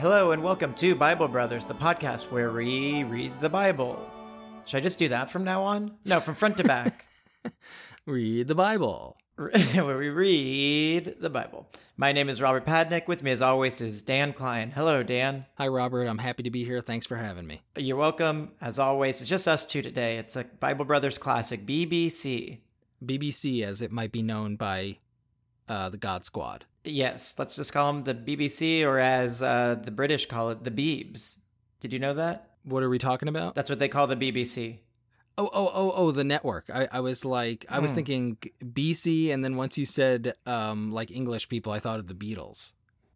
Hello and welcome to Bible Brothers, the podcast where we read the Bible. Should I just do that from now on? No, from front to back, Read the Bible. where we read the Bible. My name is Robert Padnick. With me, as always, is Dan Klein. Hello, Dan. Hi, Robert. I'm happy to be here. Thanks for having me. You're welcome. As always, it's just us two today. It's a Bible Brothers classic, BBC. BBC, as it might be known by uh, the God Squad. Yes, let's just call them the BBC, or as uh, the British call it, the Beebs. Did you know that? What are we talking about? That's what they call the BBC. oh, oh, oh, oh, the network. I, I was like, I was Hmm. thinking BC, and then once you said um, like English people, I thought of the Beatles.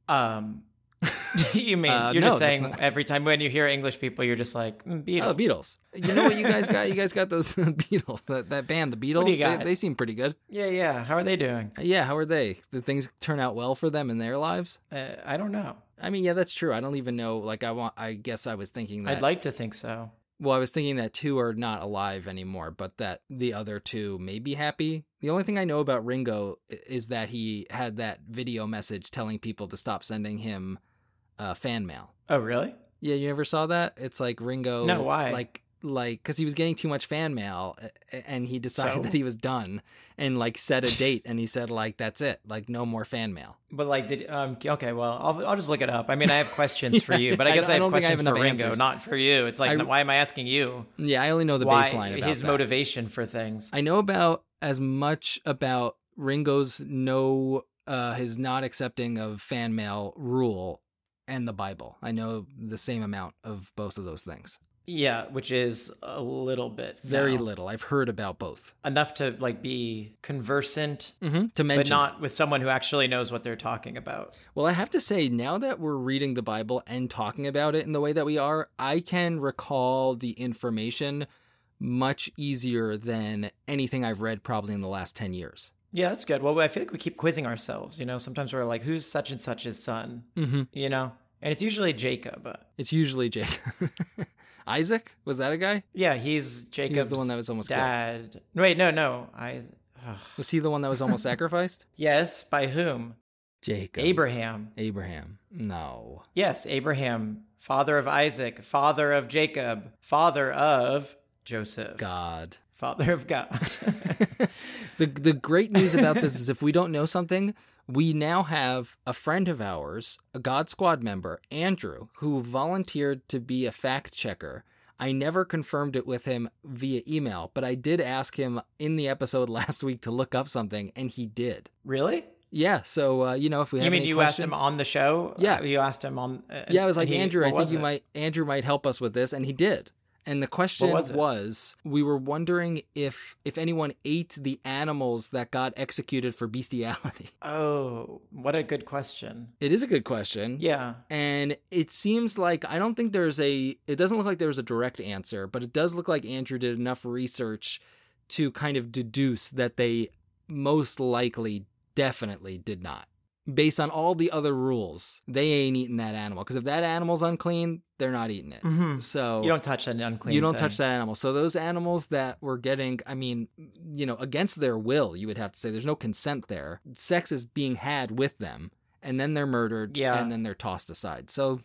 Um, you mean Uh, you're no, just that's saying not- every time when you hear English people, you're just like mm, Beatles. Oh, Beatles. You know what you guys got? You guys got those Beatles, that, that band, the Beatles. you got? They, they seem pretty good. Yeah, yeah. How are they doing? Uh, yeah, how are they? Did things turn out well for them in their lives? Uh, I don't know. I mean, yeah, that's true. I don't even know. Like, I want. I guess I was thinking that I'd like to think so. Well, I was thinking that two are not alive anymore, but that the other two may be happy. The only thing I know about Ringo i- is that he had that video message telling people to stop sending him uh, fan mail. Oh, really? Yeah, you never saw that? It's like Ringo. No, why? Like, like, because he was getting too much fan mail, a- a- and he decided So? that he was done, and like set a date, and he said like, "That's it, like no more fan mail." But like, did um, okay. Well, I'll I'll just look it up. I mean, I have questions for you, but I I guess I, don't- I have don't think I questions have for enough Ringo, answers. not for you. It's like, I- no, why am I asking you? Yeah, I only know the why baseline about his that. motivation for things? I know about as much about Ringo's no, uh, his not accepting of fan mail rule and the Bible. I know the same amount of both of those things. yeah, which is a little bit Very now. little. I've heard about both. enough to like be conversant, Mm-hmm. To mention, but not with someone who actually knows what they're talking about. well, I have to say, now that we're reading the Bible and talking about it in the way that we are, I can recall the information much easier than anything I've read probably in the last 10 years. Yeah, that's good. Well, I feel like we keep quizzing ourselves. You know, sometimes we're like, "Who's such and such's son?" Mm-hmm. You know, and it's usually Jacob. uh, It's usually Jake. Isaac? Was that a guy? Yeah, he's He Jacob's was the one that was almost killed. dad. Wait, no, no. I ugh. Was he the one that was almost sacrificed? yes, by whom? Jacob. Abraham. Abraham. No. Yes, Abraham, father of Isaac, father of Jacob, father of Joseph, God. father of God. the the great news about this is if we don't know something, we now have a friend of ours, a God Squad member, Andrew, who volunteered to be a fact checker. I never confirmed it with him via email, but I did ask him in the episode last week to look up something, and he did. really? Yeah, so uh, you know if we have you mean any you asked him questions- on the show? Yeah. you asked him on. uh, yeah, I was like and he- Andrew. what I think was you it? might Andrew might help us with this, and he did. And the question was was, it? we were wondering if if anyone ate the animals that got executed for bestiality. Oh, what a good question. It is a good question. Yeah. And it seems like I don't think there's a it doesn't look like there was a direct answer, but it does look like Andrew did enough research to kind of deduce that they most likely definitely did not. Based on all the other rules, they ain't eating that animal because if that animal's unclean, they're not eating it. Mm-hmm. So You don't touch an unclean. Oh. you don't thing. touch that animal. So those animals that were getting, I mean, you know, against their will, you would have to say there's no consent there. Sex is being had with them, and then they're murdered, Yeah. and then they're tossed aside. So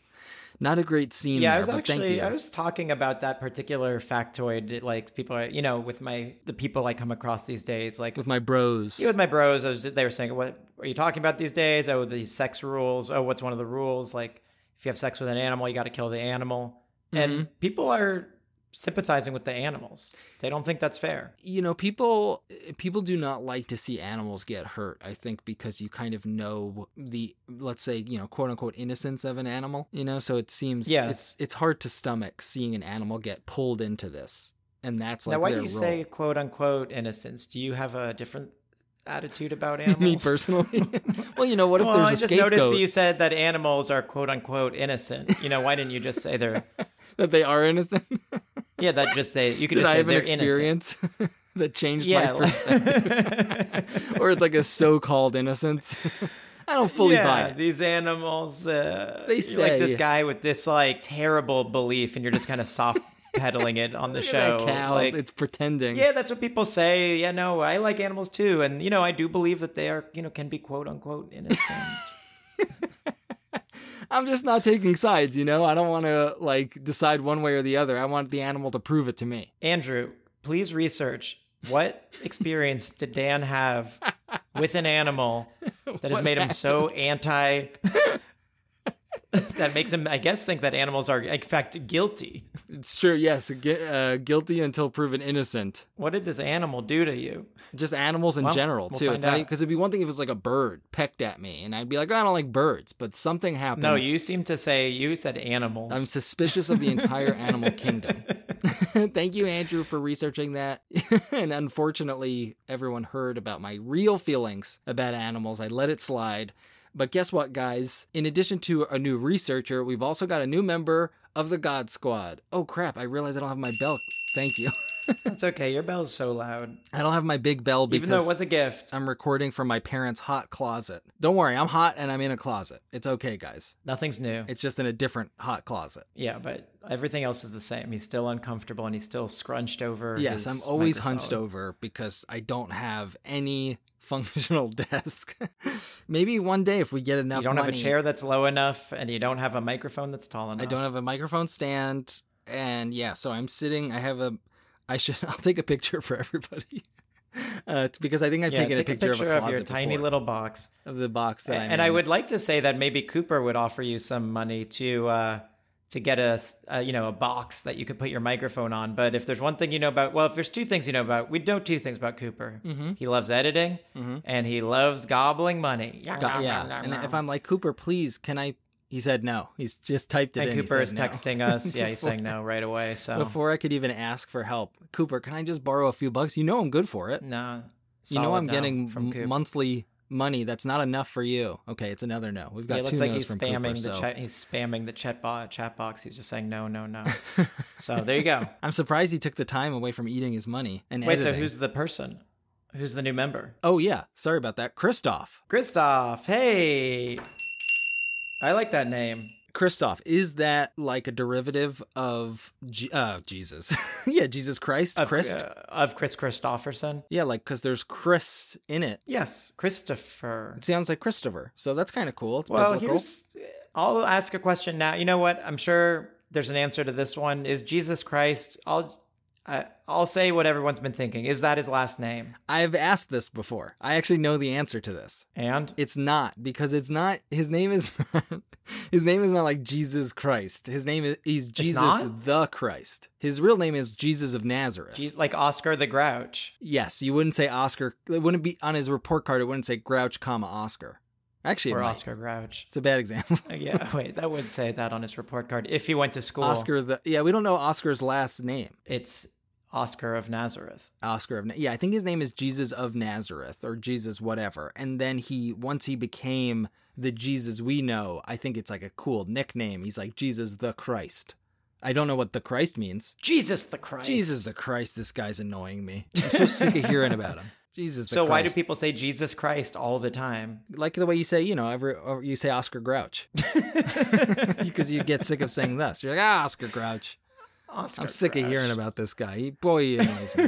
not a great scene. Yeah, there, I was but thank actually you. I was talking about that particular factoid. Like people, are- you know, with my the people I come across these days, like with my bros. Yeah, with my bros, I was they were saying, "What are you talking about these days? Oh, these sex rules. Oh, what's one of the rules? Like, if you have sex with an animal, you got to kill the animal." Mhm. And people are sympathizing with the animals. They don't think that's fair. you know people people do not like to see animals get hurt i think because you kind of know the let's say you know quote unquote innocence of an animal you know so it seems Yes. it's it's hard to stomach seeing an animal get pulled into this and that's like now, why do their you role. say "quote unquote" innocence? Do you have a different attitude about animals? me personally well you know what if well, there's I a just scapegoat noticed that you said that animals are "quote unquote" innocent. You know, why didn't you just say they're? that they are innocent Yeah, that just they. You could did just say i have an they're innocent. experience that changed Yeah. my perspective or it's like a so-called innocence i don't fully yeah, buy it These animals, uh, They you're like this say- guy with this like terrible belief, and you're just kind of soft pedaling it on the Look show. at that cow like, it's pretending yeah, that's what people say. Yeah, no, I like animals too, and you know, I do believe that they are, you know, can be quote unquote innocent. I'm just not taking sides, you know? I don't want to like decide one way or the other. I want the animal to prove it to me. Andrew, please research what experience did Dan have with an animal that has What made him so anti that makes him I guess think that animals are in fact guilty. It's true. Yes, gu- uh, guilty until proven innocent. What did this animal do to you? Just animals in Well, general we'll too. find It's not out. because it'd be one thing if it was like a bird pecked at me, and I'd be like, I don't like birds, but something happened. No, you seem to say you said animals. Hmm. I'm suspicious of the entire animal kingdom. Thank you, Andrew, for researching that. and unfortunately, everyone heard about my real feelings about animals. I let it slide. But guess what, guys? In addition to a new researcher, we've also got a new member of the God Squad. Oh, crap. I realize I don't have my bell. Thank you. That's okay. Your bell's so loud. I don't have my big bell because Even though it was a gift. I'm recording from my parents' hot closet. Don't worry, I'm hot and I'm in a closet. It's okay, guys. Nothing's new. It's just in a different hot closet. Yeah, but everything else is the same. He's still uncomfortable and he's still scrunched over. Yes, his I'm always hunched microphone. over because I don't have any functional desk. Maybe one day if we get enough You don't have a money, chair that's low enough and you don't have a microphone that's tall enough. I don't have a microphone stand and yeah, so I'm sitting I have a I should I'll take a picture for everybody. Uh, because I think I've yeah, taken take a picture, of a of, closet your tiny before, little box. of the box that I'm and I in. would like to say that maybe Cooper would offer you some money to uh, to get a, s- a, you know a box that you could put your microphone on. But if there's one thing you know about, well, if there's two things you know about, we know two things about Cooper. Mm-hmm. He loves editing and he loves gobbling money. Yeah, Got- yeah. And if I'm like Cooper, please, can I? He said no. He's just typed it and in. He Cooper said is no. texting us. Yeah, he's saying no right away. So before I could even ask for help. Cooper, can I just borrow a few bucks? You know I'm good for it. no, You know solid I'm no getting from m- Cooper. monthly money. That's not enough for you. Okay, it's another no. We've got Yeah, it two looks like no's he's from spamming Cooper. the so chat. He's spamming the chat, bo- chat box. He's just saying no, no, no. so there you go. I'm surprised he took the time away from eating his money and Wait, so editing. who's the person? Who's the new member? Oh yeah, sorry about that. Christoph. Christoph. Hey, I like that name. Christoph, is that like a derivative of G- uh, Jesus? yeah, Jesus Christ, Of, Christ. uh, of Chris Christopherson. yeah, like because there's Chris in it. Yes, Christopher. It sounds like Christopher, so that's kind of cool. It's Well, biblical. here's. I'll ask a question now. You know what? I'm sure there's an answer to this one. Is Jesus Christ? I'll. I, I'll say what everyone's been thinking. Is that his last name? I've asked this before. I actually know the answer to this. And It's not because it's not his name is not his name is not like Jesus Christ. His name is he's Jesus not? the Christ. His real name is Jesus of Nazareth. Je- like Oscar the Grouch. yes, you wouldn't say Oscar. It wouldn't be on his report card. It wouldn't say Grouch, comma Oscar. Actually, it or might. Oscar Grouch. It's a bad example. Yeah, wait, that would say that on his report card if he went to school. Oscar the yeah. We don't know Oscar's last name. it's Oscar of Nazareth. Oscar of Na- yeah. I think his name is Jesus of Nazareth or Jesus whatever. And then he once he became the Jesus we know. I think it's like a cool nickname. He's like Jesus the Christ. I don't know what the Christ means. Jesus the Christ. Jesus the Christ, this guy's annoying me. I'm so sick of hearing about him. Jesus the So why do Christ. people say Jesus Christ all the time? like the way you say, you know, every or you say Oscar Grouch because you get sick of saying this. You're like, ah, Oscar Grouch. Oscar I'm sick of Grouch. hearing about this guy. He, boy, he annoys me.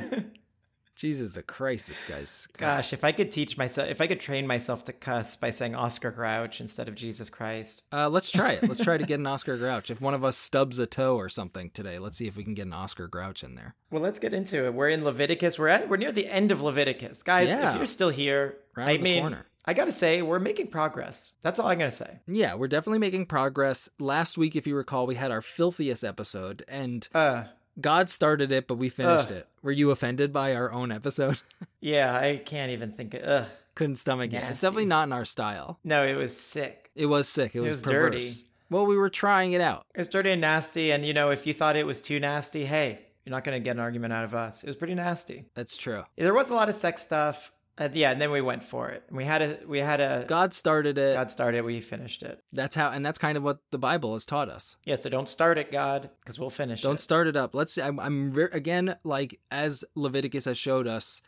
Jesus the Christ, this guy's. Gosh, if I could teach myself, if I could train myself to cuss by saying Oscar Grouch instead of Jesus Christ. Uh, let's try it. Let's try to get an Oscar Grouch. If one of us stubs a toe or something today, let's see if we can get an Oscar Grouch in there. Well, let's get into it. We're in Leviticus. We're at we're near the end of Leviticus, guys. Yeah. If you're still here, Round I the mean, corner. I gotta say, we're making progress. That's all I'm gonna say. Yeah, we're definitely making progress. Last week, if you recall, we had our filthiest episode, and Uh, God started it, but we finished Ugh. it. Were you offended by our own episode? yeah, I can't even think. Of, ugh. Couldn't stomach it. It's Nasty. definitely not in our style. No, it was sick. It was sick. It was, was perverse. dirty. Well, we were trying it out. It's dirty and nasty, and you know, if you thought it was too nasty, hey, you're not gonna get an argument out of us. It was pretty nasty. That's true. There was a lot of sex stuff. Uh, yeah, and then we went for it. And we had a we had a God started it. God started, we finished it. That's how, and that's kind of what the Bible has taught us. Yeah, so don't start it, God, because we'll finish Don't it. start it up. Let's. see. I'm. I'm re- again like as Leviticus has showed us.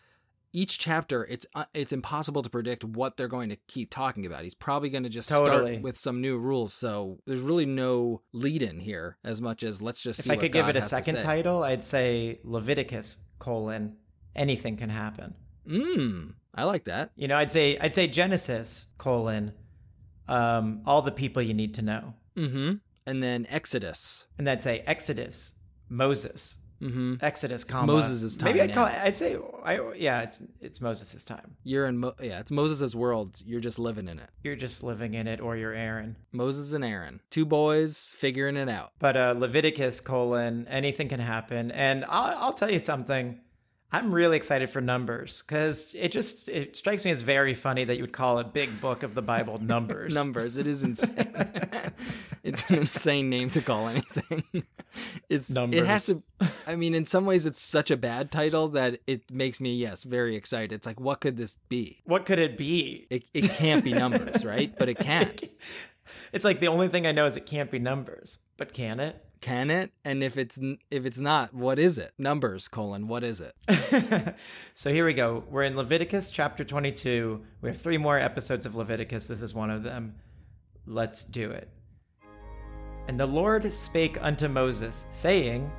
Each chapter, it's uh, it's impossible to predict what they're going to keep talking about. He's probably going to just Totally. start with some new rules, so there's really no lead in here as much as let's just. if see I what could give God it a has to second say. title, I'd say Leviticus colon anything can happen. Mm, I like that. You know, I'd say I'd say Genesis colon um all the people you need to know. Mm-hmm. And then Exodus. and that'd say Exodus, Moses, Mm-hmm. Exodus, comma. Moses' time Maybe I'd call. now. It, I'd say, I, yeah, it's it's Moses' time. You're in Mo- yeah, it's Moses' world. You're just living in it. You're just living in it, or you're Aaron. Moses and Aaron, two boys figuring it out. But uh, Leviticus colon anything can happen, and I'll, I'll tell you something. I'm really excited for Numbers because it just it strikes me as very funny that you would call a big book of the Bible Numbers. Numbers. It is insane. it's an insane name to call anything. It's It has Numbers. to. I mean, in some ways, it's such a bad title that it makes me yes very excited. It's like, what could this be? What could it be? It it can't be numbers, right? But it can. It's like the only thing I know is it can't be Numbers, but can it? Can it? And if it's n- if it's not, what is it? Numbers colon what is it? so here we go. We're in Leviticus chapter 22. We have three more episodes of Leviticus. This is one of them. Let's do it. And the Lord spake unto Moses, saying,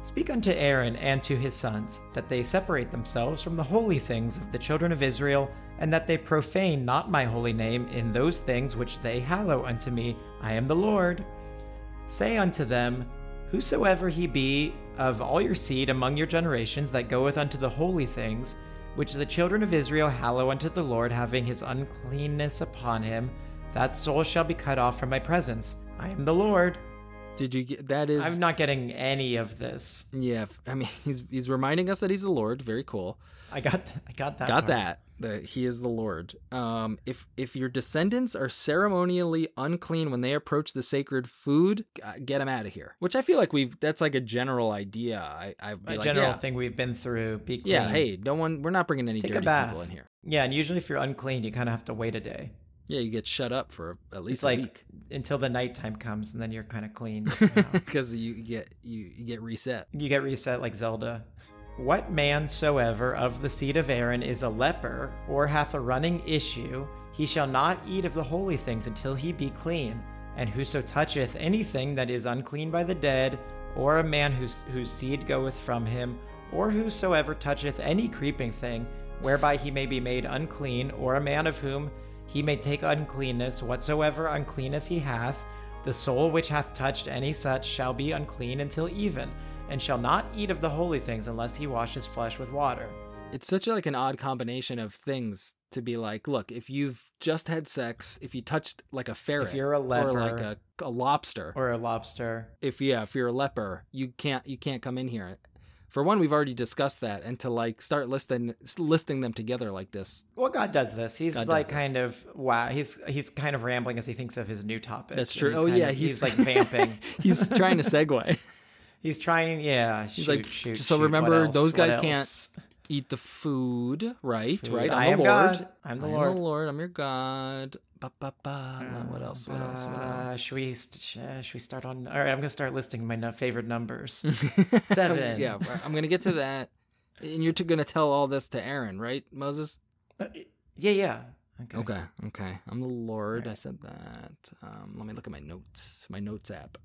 Speak unto Aaron and to his sons, that they separate themselves from the holy things of the children of Israel, and that they profane not my holy name in those things which they hallow unto me. I am the Lord. Say unto them, Whosoever he be of all your seed among your generations that goeth unto the holy things, which the children of Israel hallow unto the Lord, having his uncleanness upon him, that soul shall be cut off from my presence. I am the Lord. Did you get that? Is I'm not getting any of this. yeah. f- I mean, he's he's reminding us that he's the Lord. Very cool. I got, I got that. Got part. that. The, he is the Lord. Um, if if your descendants are ceremonially unclean when they approach the sacred food, g- uh, get them out of here. Which I feel like we've. That's like a general idea. I I'd A be like, general yeah, thing we've been through. Be clean. yeah. Hey, no one. We're not bringing any Take a dirty bath. people in here. Yeah, and usually if you're unclean, you kind of have to wait a day. Yeah, you get shut up for at least It's a like week until the nighttime comes, and then you're kind of clean. somehow. because you get you, you get reset. You get reset like Zelda. What man soever of the seed of Aaron is a leper, or hath a running issue, he shall not eat of the holy things until he be clean. And whoso toucheth anything that is unclean by the dead, or a man whose, whose seed goeth from him, or whosoever toucheth any creeping thing, whereby he may be made unclean, or a man of whom he may take uncleanness, whatsoever uncleanness he hath, the soul which hath touched any such shall be unclean until even, and shall not eat of the holy things unless he wash his flesh with water. it's such like an odd combination of things to be like look if you've just had sex if you touched like a ferret you're a or leper- like a, a lobster Or a lobster. if yeah if you're a leper you can't you can't come in here for one we've already discussed that and to like start listing listing them together like this Well, God does this. He's God does like this. kind of wow. He's he's kind of rambling as he thinks of his new topic. That's true. And he's Oh, kind yeah, of- he's, he's- like vamping. he's trying to segue He's trying. Yeah, he's like, shoot, so shoot, remember, what else, those what guys else? can't- eat the food right Dude, right I'm I the am lord God. I'm the I'm Lord. the lord i'm your god ba, ba, ba. what else what else what else Uh, should we st- sh- uh, should we start on? All right, I'm gonna start listing my nu- favorite numbers. Seven. yeah, I'm gonna get to that, and you're t- gonna tell all this to Aaron, right, Moses? Uh, Yeah, yeah. Okay. Okay, okay. I'm the Lord. I Alright. said that. Um, let me look at my notes. My notes app.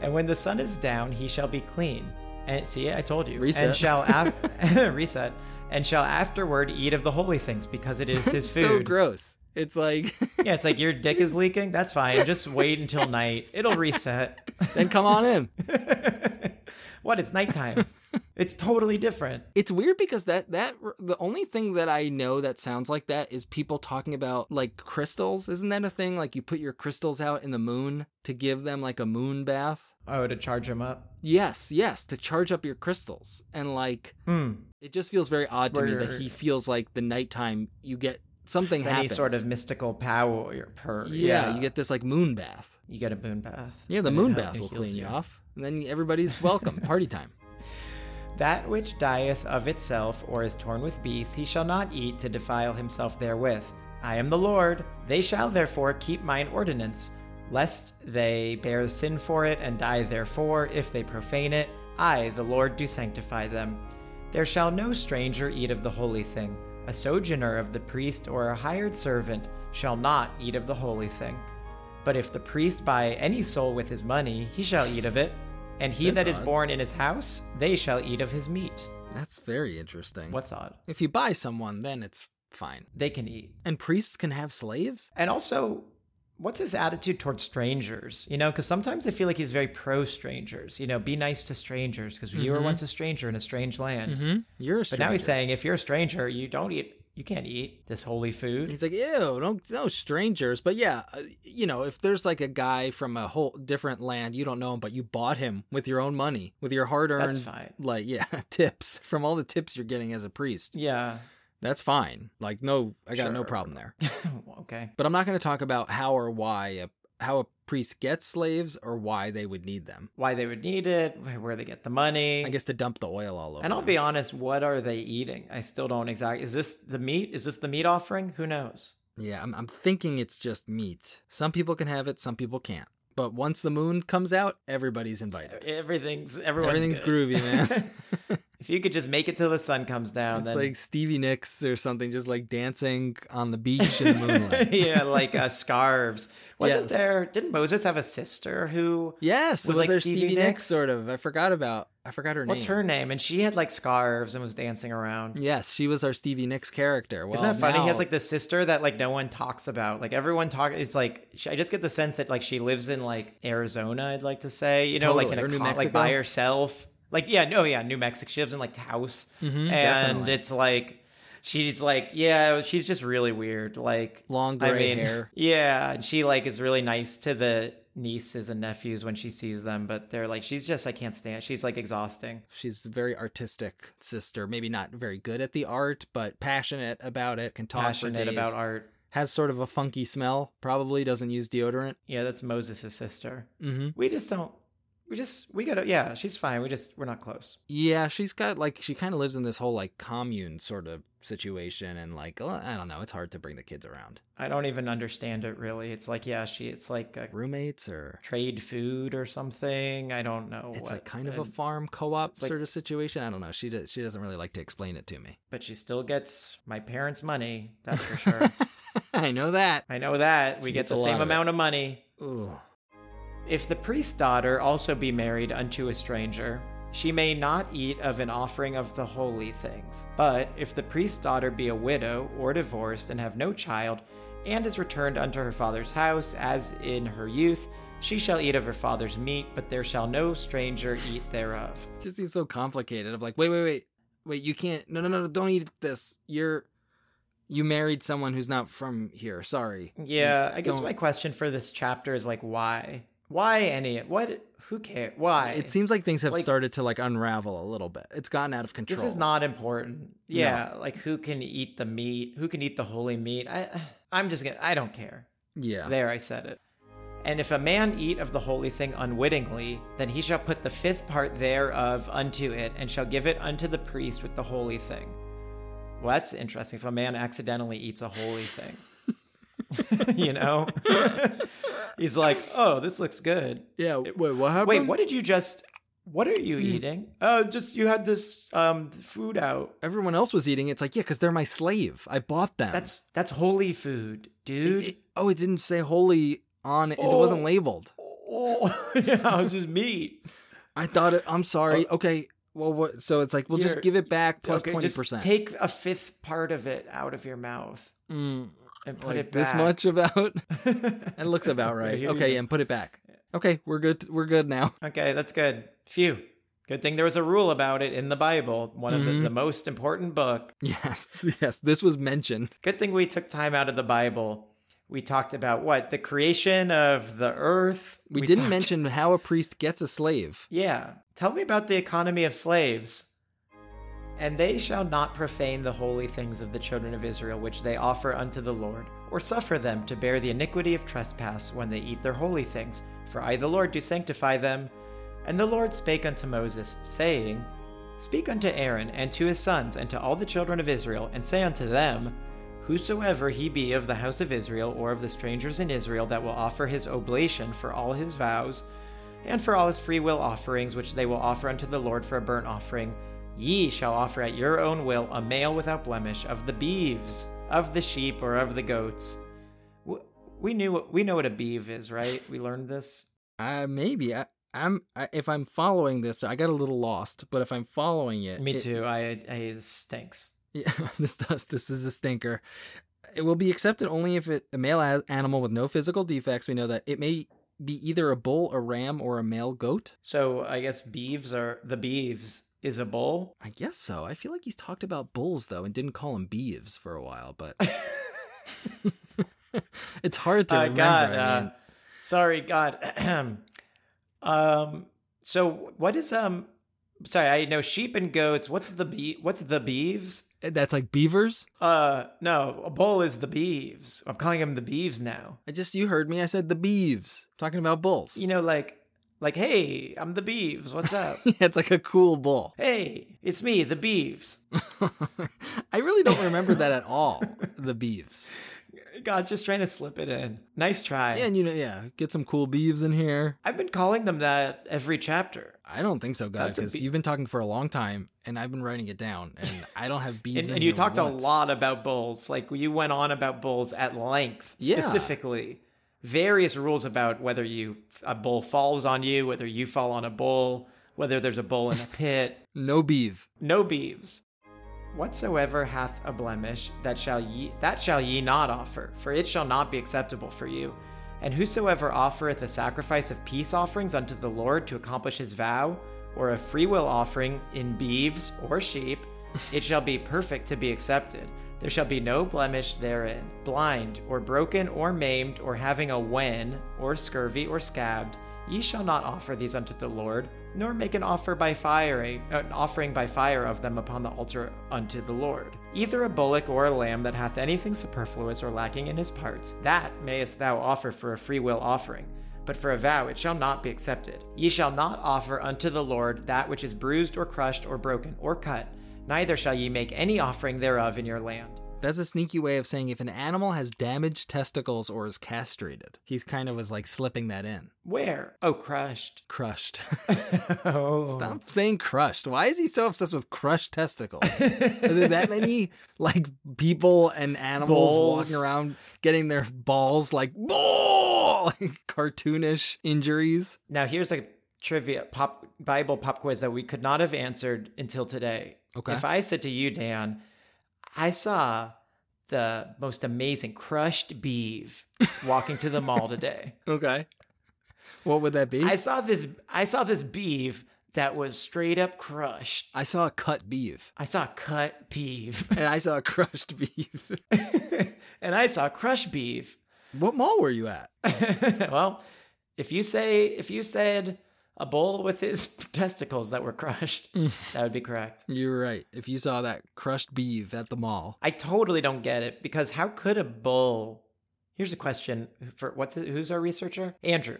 And when the sun is down, he shall be clean. And see, I told you. Reset. And shall af- reset. And shall afterward eat of the holy things because it is his It's so food. gross. It's like Yeah, it's like your dick is leaking. That's fine. Just wait until night. It'll reset. then come on in. what? It's nighttime. It's totally different. It's weird because that that the only thing that I know that sounds like that is people talking about like crystals. Isn't that a thing? Like you put your crystals out in the moon to give them like a moon bath. Oh, to charge him up. Yes, yes, to charge up your crystals and like Hmm. It just feels very odd to me that Where- he feels like the nighttime you get something It's any happens. sort of mystical power or purr. yeah, you get this like moon bath. you get a moon bath. Yeah, the And it moon hel- bath it will heals clean you off, and then everybody's welcome. Party time. That which dieth of itself or is torn with beasts, he shall not eat to defile himself therewith. I am the Lord. They shall therefore keep mine ordinance, lest they bear sin for it and die therefore, if they profane it. I, the Lord, do sanctify them. There shall no stranger eat of the holy thing. A sojourner of the priest or a hired servant shall not eat of the holy thing. But if the priest buy any soul with his money, he shall eat of it. And he That's that is odd. born in his house, they shall eat of his meat. That's very interesting. What's odd? If you buy someone, then it's fine. They can eat. And priests can have slaves. And also, what's his attitude towards strangers? You know, because sometimes I feel like he's very pro strangers. You know, be nice to strangers because you were Mhm. once a stranger in a strange land. You're a Mm-hmm. But now he's Mm-hmm. stranger. saying if you're a stranger, you don't eat, you can't eat this holy food. He's like, ew, don't no strangers. But yeah, uh, you know, if there's like a guy from a whole different land, you don't know him, but you bought him with your own money, with your hard That's earned, fine. like, yeah, tips from all the tips you're getting as a priest. Yeah. That's fine. Like, no, I got no Sure. problem there. okay. But I'm not going to talk about how or why a, how a priest gets slaves or why they would need them. Why they would need it, wh- where they get the money. I guess to dump the oil all over. and I'll them. be honest, what are they eating? I still don't exactly. Is this the meat? Is this the meat offering? Who knows? Yeah, I'm, I'm thinking it's just meat. Some people can have it, some people can't. But once the moon comes out, everybody's invited. Everything's everyone's Everything's good. groovy, man. if you could just make it till the sun comes down, it's then like Stevie Nicks or something, just like dancing on the beach in the moonlight. yeah, like uh, scarves. Wasn't Yes. there? Didn't Moses have a sister who? Yes, Was was, like there Stevie Stevie, Nicks? Nicks? Sort of. I forgot about. I forgot her What's name. her name? And she had like scarves and was dancing around. Yes, she was our Stevie Nicks character. Well, Isn't that funny? He has now- like this sister that like no one talks about. Like everyone talk. It's like she, I just get the sense that like she lives in like Arizona. I'd like to say, you know, like Totally. in a Or New co- like Mexico. by herself. Like yeah, no, yeah, New Mexico. She lives in like Taos, and Mm-hmm, definitely. it's like she's like yeah, she's just really weird. Like long gray I mean, hair. yeah, and she like is really nice to the nieces and nephews when she sees them, but they're like she's just I can't stand. She's like exhausting. She's a very artistic sister. Maybe not very good at the art, but passionate about it. Can talk for passionate days. about art. Has sort of a funky smell. Probably doesn't use deodorant. Yeah, that's Moses' sister. Mm-hmm. We just don't. We just we gotta. Yeah, she's fine. We just we're not close. Yeah, she's got like she kind of lives in this whole like commune sort of situation, and like well, I don't know, it's hard to bring the kids around. I don't even understand it really. It's like yeah, she. It's like a Roommates or trade food or something. I don't know. it's Oh, what. like kind of a And- farm co-op like- sort of situation. I don't know. She does, she doesn't really like to explain it to me. But she still gets my parents' money. That's for sure. I know that. I know that we She get gets the a lot same of it. amount of money. Ooh, If the priest's daughter also be married unto a stranger, she may not eat of an offering of the holy things. But if the priest's daughter be a widow or divorced and have no child, and is returned unto her father's house as in her youth, she shall eat of her father's meat, but there shall no stranger eat thereof. just seems so complicated. Of like, wait, wait, wait, wait. You can't. No, no, no. Don't eat this. You're you married someone who's not from here. Sorry. Yeah, I guess Don't- my question for this chapter is like, why? Why any? What? Who cares? Why? It seems like things have Like- started to like unravel a little bit. It's gotten out of control. This is not important. Yeah, like who can eat the meat? Who can eat the holy meat? I I'm just gonna I don't care. Yeah. There I said it. And if a man eat of the holy thing unwittingly, then he shall put the fifth part thereof unto it, and shall give it unto the priest with the holy thing. Well, that's interesting. If a man accidentally eats a holy thing, you know, he's like, "Oh, this looks good." yeah. Wait. What happened? Wait, what did you just? What are you eating? Oh, just you had this um food out. everyone else was eating, it's like, yeah, because they're my slave. I bought them. That's that's holy food, dude. It- it- oh, it didn't say holy on it. It wasn't Oh. labeled. oh, yeah, it's just meat. I thought it. I'm sorry. okay. Well, what? So it's like, we'll just Oh. Here, give it back plus Okay, twenty just percent. Take a fifth part of it out of your mouth mm, and put like it this back. much about. It much. looks about Okay, right. here you Okay, go. and put it back. Okay, we're good. We're good now. okay, that's good. Phew. Good thing there was a rule about it in the Bible, one of the, Mhm. the most important book. Yes, yes. This was mentioned. Good thing we took time out of the Bible. We talked about what the creation of the earth. We, didn't talked- mention how a priest gets a slave. Yeah. Tell me about the economy of slaves. And they shall not profane the holy things of the children of Israel, which they offer unto the Lord, or suffer them to bear the iniquity of trespass when they eat their holy things. For I, the Lord, do sanctify them. And the Lord spake unto Moses, saying, Speak unto Aaron and to his sons and to all the children of Israel, and say unto them, Whosoever he be of the house of Israel or of the strangers in Israel that will offer his oblation for all his vows, and for all his free will offerings which they will offer unto the Lord for a burnt offering, ye shall offer at your own will a male without blemish of the beeves, of the sheep, or of the goats. W- We knew what, we know what a beeve is, right? We learned this. Uh, maybe I, I'm. I, if I'm following this, I got a little lost. But if I'm following it, Me it- too. I, I it stinks. Yeah, this does. This is a stinker. It will be accepted only if it, a male a- animal with no physical defects. We know that it may be either a bull, a ram, or a male goat. So I guess beeves are the beeves is a bull. I guess so. I feel like he's talked about bulls though, and didn't call them beeves for a while. But it's hard to Uh, remember. God, I mean. uh, sorry, God. um. So what is um? Sorry, I know sheep and goats. What's the bee? What's the beeves? eh, That's like beavers. Uh, no, a bull is the beeves. I'm calling them the beeves now. I just you heard me. I said the beeves. talking about bulls. You know, like, like, hey, I'm the beeves. What's up? it's like a cool bull. hey, it's me, the beeves. I really don't remember that at all. The beeves. God, just trying to slip it in. Nice try. Yeah, and you know, yeah, get some cool beeves in here. I've been calling them that every chapter. I don't think so, God, That's a because bee- you've been talking for a long time, and I've been writing it down, and I don't have beeves. And, in and you here talked once. a lot about bulls. Like you went on about bulls at length, Yeah. specifically. Various rules about whether you a bull falls on you, whether you fall on a bull, whether there's a bull in a pit. No beeve. No beeves. Whatsoever hath a blemish, that shall ye that shall ye not offer, for it shall not be acceptable for you. And whosoever offereth a sacrifice of peace offerings unto the Lord to accomplish his vow, or a freewill offering in beeves or sheep, it shall be perfect to be accepted. There shall be no blemish therein, blind, or broken, or maimed, or having a wen, or scurvy, or scabbed. Ye shall not offer these unto the Lord, nor make an offer by fire, an offering by fire of them upon the altar unto the Lord. Either a bullock or a lamb that hath anything superfluous or lacking in his parts, that mayest thou offer for a freewill offering. But for a vow it shall not be accepted. Ye shall not offer unto the Lord that which is bruised or crushed or broken or cut, neither shall ye make any offering thereof in your land. That's a sneaky way of saying if an animal has damaged testicles or is castrated. He kind of was like slipping that in. Where? Oh, crushed. Crushed. oh. Stop saying crushed. Why is he so obsessed with crushed testicles? Are there that many like people and animals Balls. walking around getting their balls like, "Ball!" like cartoonish injuries? Now here's a trivia pop Bible pop quiz that we could not have answered until today. Okay. If I said to you, Dan, I saw the most amazing crushed beef walking to the mall today. Okay. What would that be? I I, saw this I saw this beef that was straight up crushed. saw a cut beef I saw cut beef. and I saw a crushed beef. and I saw crushed beef. what mall were you at? well, if you say if you said a bull with his testicles that were crushed, that would be correct. You're right. If you saw that crushed beef at the mall, I totally don't get it because how could a bull? Here's a question for what's who's our researcher? Andrew.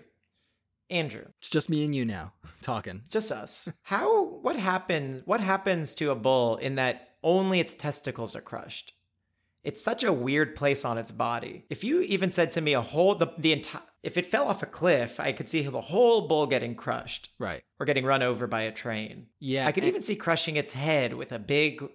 Andrew. it's just me and you now talking. It's just us. How what happens what happens to a bull in that only its testicles are crushed? It's such a weird place on its body. If you even said to me a whole the, the entire if it fell off a cliff, I could see the whole bull getting crushed Right. or getting run over by a train. Yeah. I could and- even see crushing its head with a big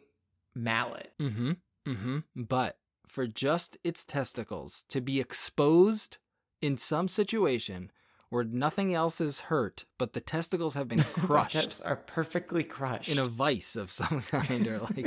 mallet. Mm-hmm. Mm-hmm. But for just its testicles to be exposed in some situation where nothing else is hurt, but the testicles have been crushed Just are perfectly crushed. in a vice of some kind, or like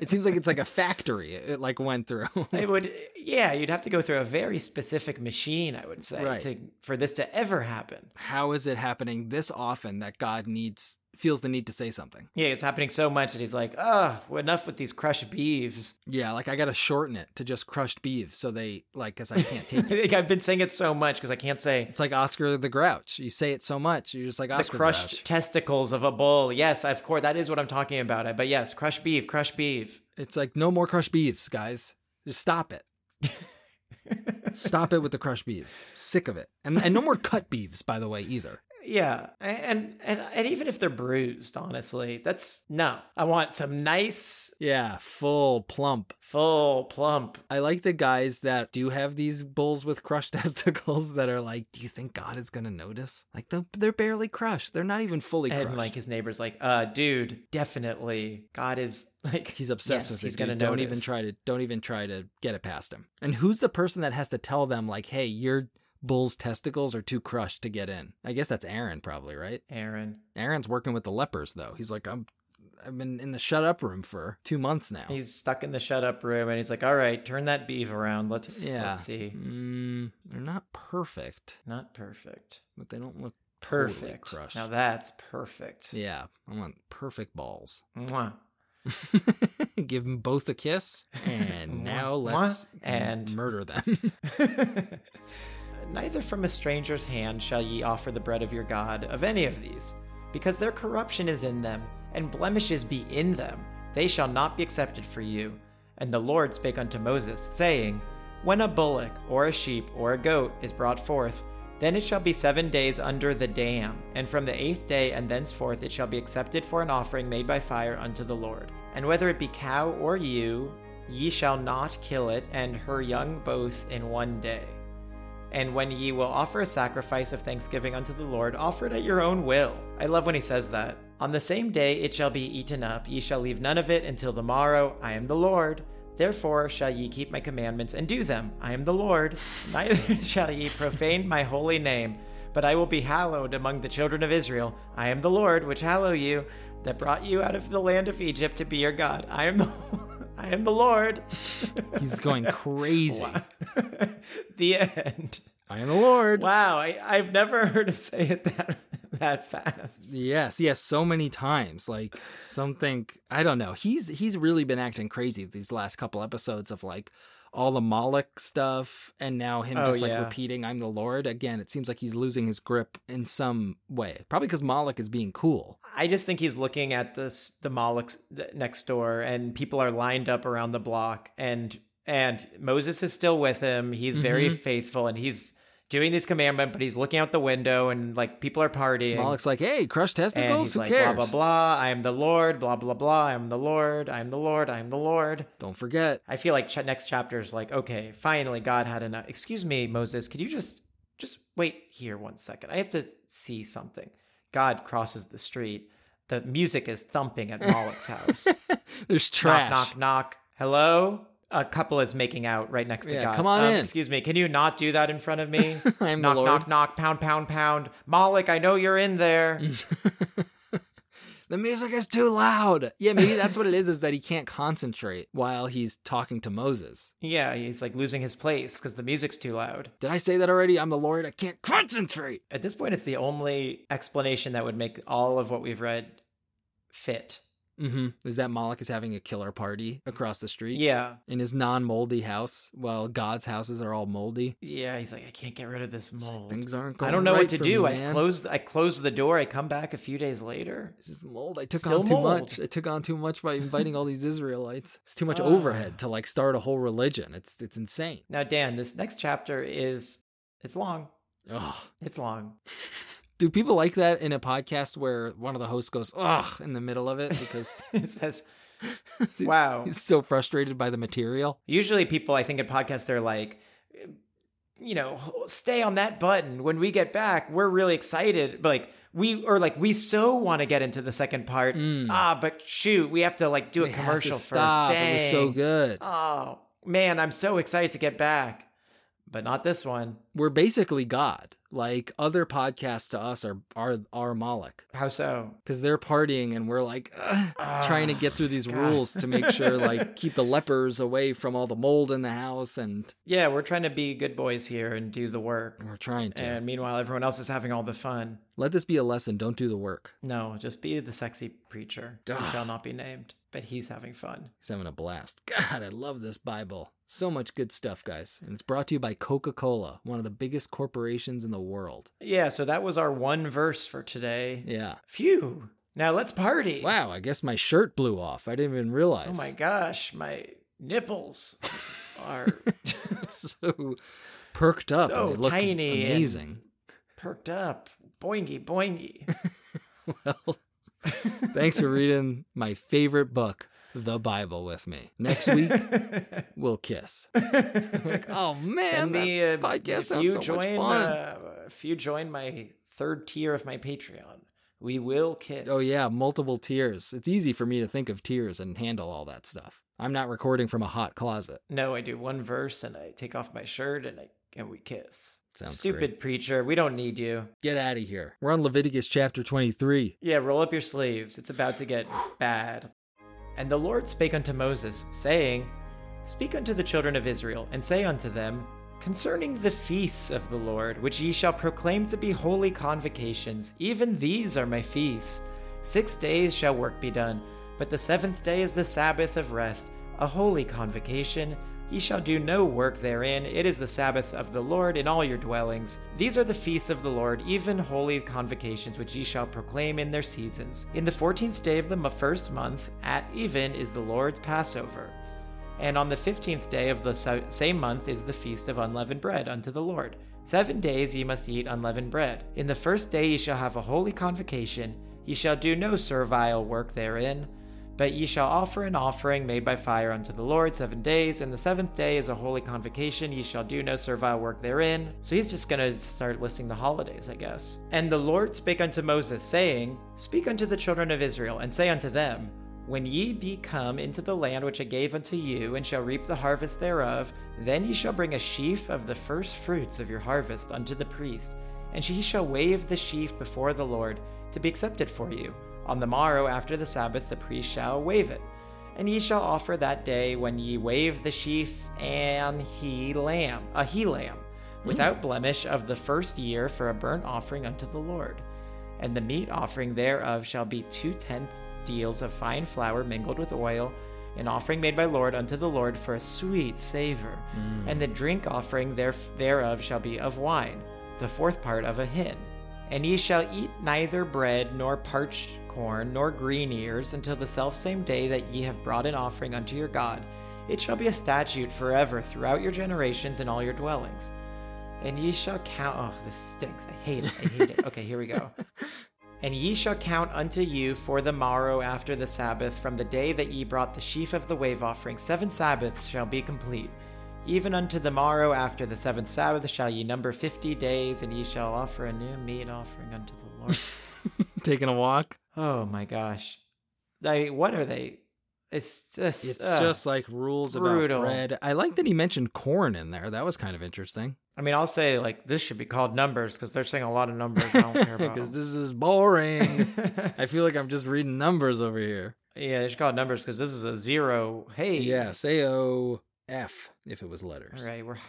it seems like it's like a factory. It, it, like went through. It would, yeah, you'd have to go through a very specific machine, I would say, Right. to, for this to ever happen. How is it happening this often that God needs feels the need to say something? Yeah, it's happening so much that he's like, oh, enough with these crushed beeves. Yeah, like I gotta shorten it to just crushed beef, so they like because I can't take it. like, I've been saying it so much because I can't say It's like Oscar the Grouch. You say it so much, you're just like the Oscar crushed Grouch. testicles of a bull. Yes, of course, that is what I'm talking about. But yes, crushed beef, crushed beef. It's like no more crushed beefs, guys. Just stop it. stop it with the crushed beefs. Sick of it. And and no more cut beefs, by the way, either. Yeah, and and and even if they're bruised, honestly, that's no. I want some nice, Yeah, full plump. full, plump. I like the guys that do have these bulls with crushed testicles that are like, do you think God is gonna notice? Like they're, they're barely crushed. They're not even fully crushed. And like his neighbor's like, uh, dude, definitely God is like He's obsessed yes, with it. He's dude. gonna don't notice. even try to don't even try to get it past him. And who's the person that has to tell them like, "Hey, your bull's testicles are too crushed to get in"? I guess that's Aaron, probably, right? Aaron. Aaron's working with the lepers though. He's like, "I'm I've been in the shut up room for two months now. He's stuck in the shut up room and he's like, all right, turn that beef around. Let's, yeah. let's see. Mm, they're not perfect, Not perfect. but they don't look totally Perfect. crushed. now that's perfect. yeah, I want perfect balls. Mwah. Give them both a kiss, and now Mwah, let's and- murder them. Neither from a stranger's hand shall ye offer the bread of your God of any of these, because their corruption is in them, and blemishes be in them. They shall not be accepted for you. And the Lord spake unto Moses, saying, When a bullock, or a sheep, or a goat is brought forth, then it shall be seven days under the dam, and from the eighth day and thenceforth it shall be accepted for an offering made by fire unto the Lord. And whether it be cow or ewe, ye shall not kill it and her young both in one day. And when ye will offer a sacrifice of thanksgiving unto the Lord, offer it at your own will. I love when he says that. On the same day it shall be eaten up, ye shall leave none of it until the morrow. I am the Lord. Therefore shall ye keep my commandments and do them. I am the Lord. Neither shall ye profane my holy name, but I will be hallowed among the children of Israel. I am the Lord which hallow you, that brought you out of the land of Egypt to be your God. I am the I am the Lord. He's going crazy. the end. I am the Lord. Wow, I, I've never heard him say it that that fast. Yes, yes, so many times. Like something I don't know. He's he's really been acting crazy these last couple episodes of like all the Moloch stuff and now him Oh, just like yeah. repeating I'm the Lord. Again, it seems like he's losing his grip in some way. Probably cuz Moloch is being cool. I just think he's looking at this the Molochs th- next door, and people are lined up around the block, and and Moses is still with him. He's very faithful, and he's doing these commandments, but he's looking out the window, and like people are partying. Moloch's like, "Hey, crush and testicles, he's who like, cares? blah, blah, blah, I am the Lord, blah, blah, blah, I am the Lord, I am the Lord, I am the Lord. Don't forget. I feel like ch- next chapter is like, okay, finally God had enough. Excuse me, Moses, could you just just wait here one second? I have to see something. God crosses the street. The music is thumping at Moloch's house. There's trash. Knock, knock, knock. Hello? A couple is making out right next to Yeah, God. come on Um, in. Excuse me, can you not do that in front of me? I'm knock, the Lord. knock, knock, pound, pound, pound. Moloch, I know you're in there. The music is too loud. Yeah, maybe that's what it is is that he can't concentrate while he's talking to Moses. yeah, he's like losing his place because the music's too loud. Did I say that already? I'm the Lord. I can't concentrate. At this point, it's the only explanation that would make all of what we've read fit. hmm Is that Moloch is having a killer party across the street Yeah. in his non-moldy house, while God's houses are all moldy. Yeah. He's like, I can't get rid of this mold. Things aren't going. I don't know right what to for do. Me, I've man. closed I closed the door. I come back a few days later. This is mold. I took Still on too mold. much. I took on too much by inviting all these Israelites. It's too much Ah. overhead to like start a whole religion. It's it's insane. Now, Dan, this next chapter is it's long. Ugh. It's long. Do people like that in a podcast where one of the hosts goes ugh in the middle of it because It says, wow. he's so frustrated by the material? Usually, people, I think, in podcasts, they're like, you know, stay on that button. When we get back, we're really excited. But like, we or like, we so want to get into the second part. Mm. Ah, but shoot, we have to like do We a Hmm. have to commercial stop. first. It was so Dang. good. Oh man, I'm so excited to get back, but not this one. we're basically God. Like other podcasts to us are are are Moloch How so? Ah, because they're partying and we're like ugh, trying to get through these rules to make sure like keep the lepers away from all the mold in the house and Yeah, we're trying to be good boys here and do the work. we're trying to And meanwhile, everyone else is having all the fun. let this be a lesson. Don't do the work. No, just be the sexy preacher who Ugh. shall not be named, but he's having fun. He's having a blast. God, I love this Bible. So much good stuff, guys. And it's brought to you by Coca Cola, one of the biggest corporations in the world. Yeah, so that was our one verse for today. Yeah. Phew. Now let's party. Wow, I guess my shirt blew off. I didn't even realize. Oh my gosh, my nipples are so perked up. So and they look tiny and- Amazing. perked up. Boingy, boingy. Well, thanks for reading my favorite book, The Bible, with me. Next week, we'll kiss. Like, oh man, Send me a that podcast uh, if you sounds so join, much fun. uh, if you join my third tier of my Patreon, we will kiss. oh yeah, multiple tiers. It's easy for me to think of tiers and handle all that stuff. I'm not recording from a hot closet. No, I do one verse and I take off my shirt and I and we kiss. Sounds Stupid great. preacher, we don't need you. Get out of here. We're on Leviticus chapter 23. Yeah, roll up your sleeves. It's about to get bad. And the Lord spake unto Moses, saying, Speak unto the children of Israel, and say unto them, Concerning the feasts of the Lord, which ye shall proclaim to be holy convocations, even these are my feasts. Six days shall work be done, but the seventh day is the Sabbath of rest, a holy convocation. Ye shall do no work therein. It is the Sabbath of the Lord in all your dwellings. These are the feasts of the Lord, even holy convocations, which ye shall proclaim in their seasons. In the fourteenth day of the mo- first month, at even, is the Lord's Passover. And on the fifteenth day of the sa- same month is the feast of unleavened bread unto the Lord. Seven days ye must eat unleavened bread. In the first day ye shall have a holy convocation. Ye shall do no servile work therein. But ye shall offer an offering made by fire unto the Lord seven days, and the seventh day is a holy convocation. Ye shall do no servile work therein. So he's just going to start listing the holidays, I guess. And the Lord spake unto Moses, saying, Speak unto the children of Israel, and say unto them, when ye be come into the land which I gave unto you, and shall reap the harvest thereof, then ye shall bring a sheaf of the first fruits of your harvest unto the priest, and he shall wave the sheaf before the Lord, to be accepted for you. On the morrow after the Sabbath the priest shall wave it. And ye shall offer that day when ye wave the sheaf an he lamb, a he lamb, without blemish of the first year for a burnt offering unto the Lord and the meat offering thereof shall be two tenth deals of fine flour mingled with oil, an offering made by Lord unto the Lord for a sweet savor. And the drink offering there- thereof shall be of wine, the fourth part of a hin. And ye shall eat neither bread nor parched corn nor green ears until the selfsame day that ye have brought an offering unto your God. It shall be a statute forever throughout your generations in all your dwellings. And ye shall count. Oh, this stinks. I hate it. I hate it. Okay, here we go. And ye shall count unto you for the morrow after the Sabbath, from the day that ye brought the sheaf of the wave offering, seven Sabbaths shall be complete. Even unto the morrow after the seventh Sabbath shall ye number fifty days, and ye shall offer a new meat offering unto the Lord. Taking a walk. oh my gosh. I, what are they? It's just. It's ugh. just like rules Ah, brutal. about bread. I like that he mentioned corn in there. That was kind of interesting. I mean, I'll say, like, this should be called numbers because they're saying a lot of numbers. I don't care about 'Cause them. this is boring. I feel like I'm just reading numbers over here. Yeah, they should call it numbers because this is a zero. Hey. Yeah, say O F if it was letters. All right, we're h-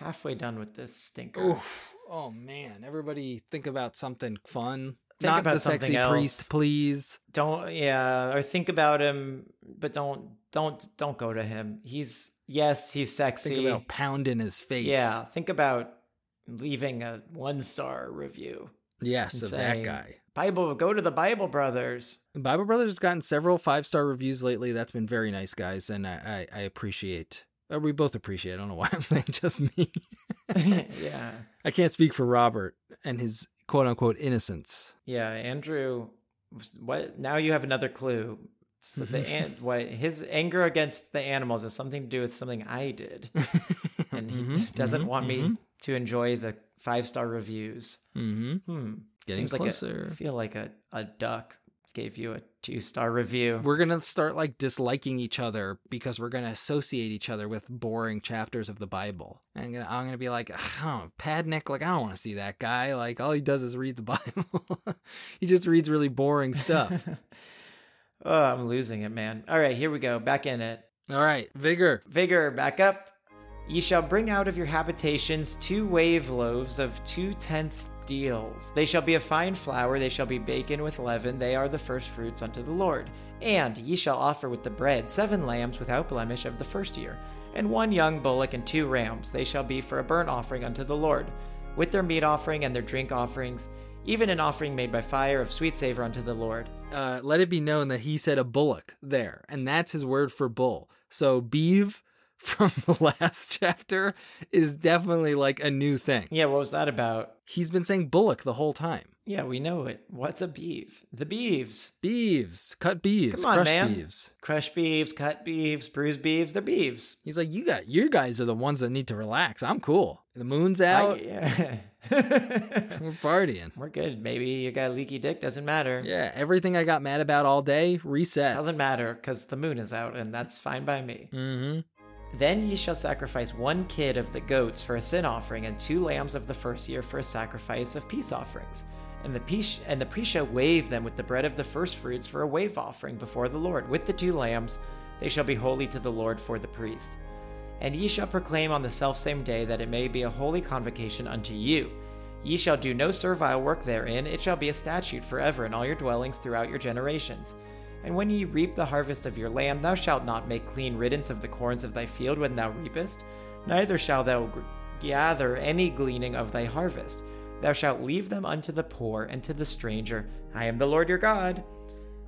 halfway done with this stinker. Oof. Oh man, everybody think about something fun. Think Not about the sexy something else. priest, please. Don't yeah, or think about him, but don't don't don't go to him. He's yes, he's sexy. Think about pounding his face. yeah, think about leaving a one star review. Yes, of that Insane. guy. Bible, go to the Bible Brothers. Bible Brothers has gotten several five star reviews lately. That's been very nice, guys, and I I, I appreciate. uh, We both appreciate. I don't know why I'm saying just me. yeah, I can't speak for Robert and his quote unquote innocence. yeah, Andrew. What now? You have another clue. So the Mm-hmm. an- what his anger against the animals has something to do with something I did. and he Mhm, doesn't mhm, want me to enjoy the five star reviews. Mm-hmm. Hmm. Getting Seems closer. Like a, I feel like a, a duck gave you a two star review. We're gonna start like disliking each other because we're gonna associate each other with boring chapters of the Bible. And I'm gonna, I'm gonna be like, "Ugh, I don't know, Padnick, like I don't want to see that guy. Like all he does is read the Bible. he just reads really boring stuff. oh, I'm losing it, man. All right, here we go. Back in it. all right, vigor. Vigor, back up. Ye shall bring out of your habitations two wave loaves of two tenth deals. They shall be of fine flour, they shall be baken with leaven, they are the first fruits unto the Lord. And ye shall offer with the bread seven lambs without blemish of the first year, and one young bullock and two rams, they shall be for a burnt offering unto the Lord, with their meat offering and their drink offerings, even an offering made by fire of sweet savour unto the Lord. uh, let it be known that he said a bullock there, and that's his word for bull. So beeve from the last chapter is definitely like a new thing. Yeah, what was that about? He's been saying bullock the whole time. Yeah, we know it. What's a beeve? The beeves. Beeves, cut beeves, Come on, crush man. beeves. Crush beeves, cut beeves, bruise beeves, they're beeves. He's like, you got you guys are the ones that need to relax. I'm cool. The moon's I- out. yeah. We're partying. We're good. Maybe you got a leaky dick, doesn't matter. Yeah, everything I got mad about all day reset. Doesn't matter because the moon is out and that's fine by me. Mm-hmm. Then ye shall sacrifice one kid of the goats for a sin offering, and two lambs of the first year for a sacrifice of peace offerings. And the peace and the priest shall wave them with the bread of the first fruits for a wave offering before the Lord, with the two lambs. They shall be holy to the Lord for the priest. And ye shall proclaim on the selfsame day that it may be a holy convocation unto you. Ye shall do no servile work therein, it shall be a statute forever in all your dwellings throughout your generations. And when ye reap the harvest of your land, thou shalt not make clean riddance of the corns of thy field when thou reapest, neither shalt thou g- gather any gleaning of thy harvest. Thou shalt leave them unto the poor and to the stranger. I am the Lord your God.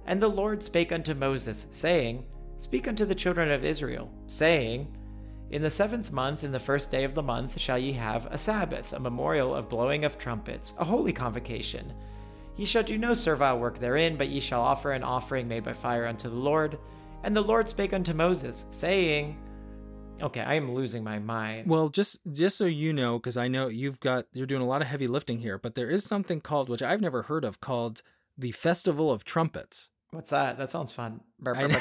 And the Lord spake unto Moses, saying, Speak unto the children of Israel, saying, in the seventh month, in the first day of the month, shall ye have a Sabbath, a memorial of blowing of trumpets, a holy convocation. Ye shall do no servile work therein, but ye shall offer an offering made by fire unto the Lord. And the Lord spake unto Moses, saying, Okay, I am losing my mind. Well, just just so you know, because I know you've got you're doing a lot of heavy lifting here, but there is something called which I've never heard of called the Festival of Trumpets. What's that? That sounds fun. Brr, brr, I brr,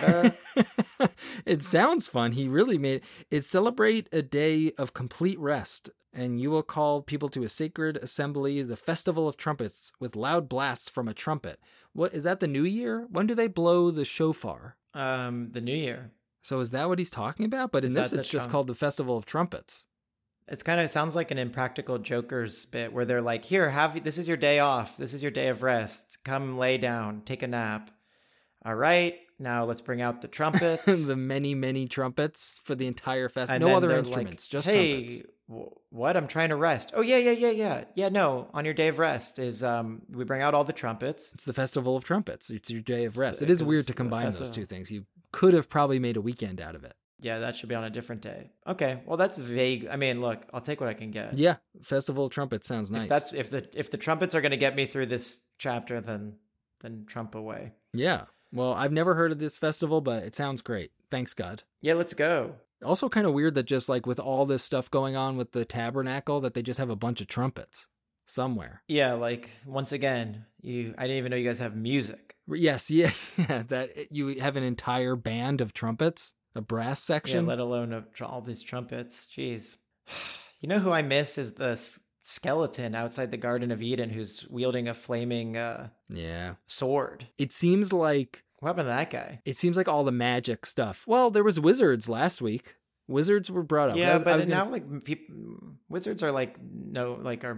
brr. know. it sounds fun. He really made it. It's celebrate a day of complete rest, and you will call people to a sacred assembly, the festival of trumpets, with loud blasts from a trumpet. What is that? The New Year? When do they blow the shofar? Um, the New Year. So is that what he's talking about? But in Is this, that the it's just trump- called the festival of trumpets. It's kind of sounds like an impractical Joker's bit where they're like, "Here, have this is your day off. This is your day of rest. Come lay down, take a nap. All right, now let's bring out the trumpets." the many, many trumpets for the entire fest. And no then other they're instruments, like, just hey, trumpets. w- what? I'm trying to rest. Oh yeah, yeah, yeah, yeah, yeah. No, on your day of rest is um, we bring out all the trumpets. It's the festival of trumpets. It's your day of rest. the- It is 'cause weird it's to the combine those festival. two things. You could have probably made a weekend out of it. Yeah, that should be on a different day. Okay, well that's vague. I mean, look, I'll take what I can get. Yeah, festival of trumpets sounds nice. If that's if the if the trumpets are going to get me through this chapter, then then trump away. yeah. Well, I've never heard of this festival, but it sounds great. Thanks, God. Yeah, let's go. Also, kind of weird that just like with all this stuff going on with the tabernacle, that they just have a bunch of trumpets somewhere. Yeah, like once again, you I didn't even know you guys have music. Yes, yeah, yeah. That eh, you have an entire band of trumpets, a brass section. Yeah, let alone of tr- all these trumpets. Jeez. You know who I miss is the s- skeleton outside the Garden of Eden who's wielding a flaming uh, yeah. sword. It seems like What happened to that guy? it seems like all the magic stuff. Well, there was wizards last week. Wizards were brought up. I yeah, was- I but was gonna- now like peop wizards are like no, like are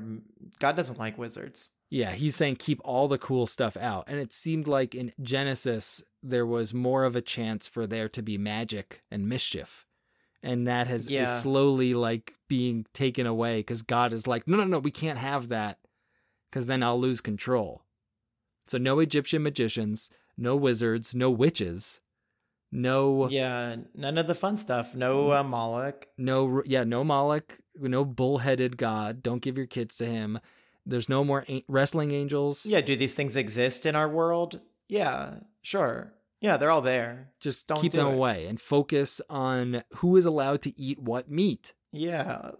God doesn't like wizards. Yeah, he's saying keep all the cool stuff out. And it seemed like in Genesis, there was more of a chance for there to be magic and mischief. And that has Yeah. is slowly like being taken away because God is like, no, no, no, we can't have that because then I'll lose control. So, no Egyptian magicians, no wizards, no witches, no, Yeah, none of the fun stuff. No uh, Moloch. no, yeah, no Moloch, no bullheaded God. Don't give your kids to him. There's no more an- wrestling angels. Yeah, do these things exist in our world? Yeah, sure. Yeah, they're all there. just Don't keep do them it. away and focus on who is allowed to eat what meat. Yeah,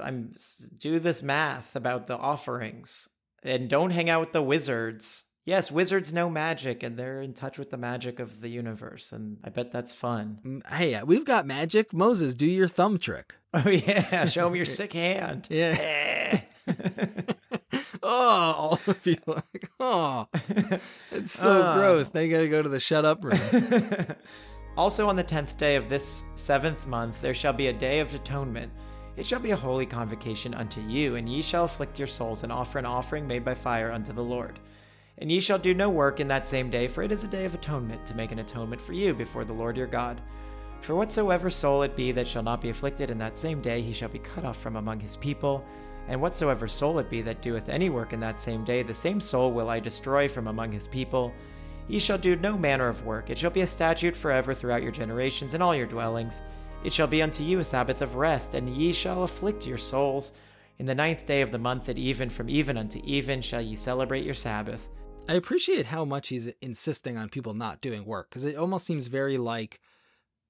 I'm do this math about the offerings and don't hang out with the wizards. Yes, wizards know magic and they're in touch with the magic of the universe and I bet that's fun. Mm, Hey, we've got magic. Moses, do your thumb trick. Oh yeah, show them your sick hand. Yeah. Eh. oh, all of you like, oh, it's so Oh. gross. Now you got to go to the shut up room. also on the tenth day of this seventh month there shall be a day of atonement. It shall be a holy convocation unto you, and ye shall afflict your souls and offer an offering made by fire unto the Lord. And ye shall do no work in that same day, for it is a day of atonement, to make an atonement for you before the Lord your God. For whatsoever soul it be that shall not be afflicted in that same day, he shall be cut off from among his people. And whatsoever soul it be that doeth any work in that same day, the same soul will I destroy from among his people. Ye shall do no manner of work. It shall be a statute forever throughout your generations and all your dwellings. It shall be unto you a Sabbath of rest, and ye shall afflict your souls. In the ninth day of the month at even, from even unto even, shall ye celebrate your Sabbath. I appreciate how much he's insisting on people not doing work because it almost seems very like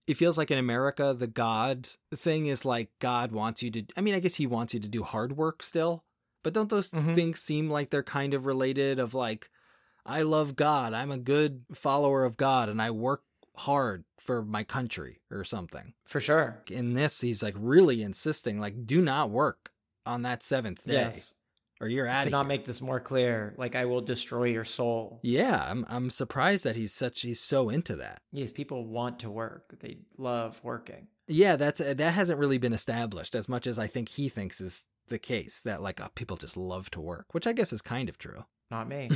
it feels like in America the God thing is like God wants you to. I mean, I guess he wants you to do hard work still, but don't those Mhm. things seem like they're kind of related? Of like, I love God, I'm a good follower of God, and I work hard for my country or something. for sure. In this, he's like really insisting, like, do not work on that seventh day Yes. or you're I out could of not here. make this more clear. Like, I will destroy your soul. yeah, I'm I'm surprised that he's such he's so into that. Yes, people want to work. They love working. Yeah, that's uh, that hasn't really been established as much as I think he thinks is the case that like oh, people just love to work, which I guess is kind of true. Not me.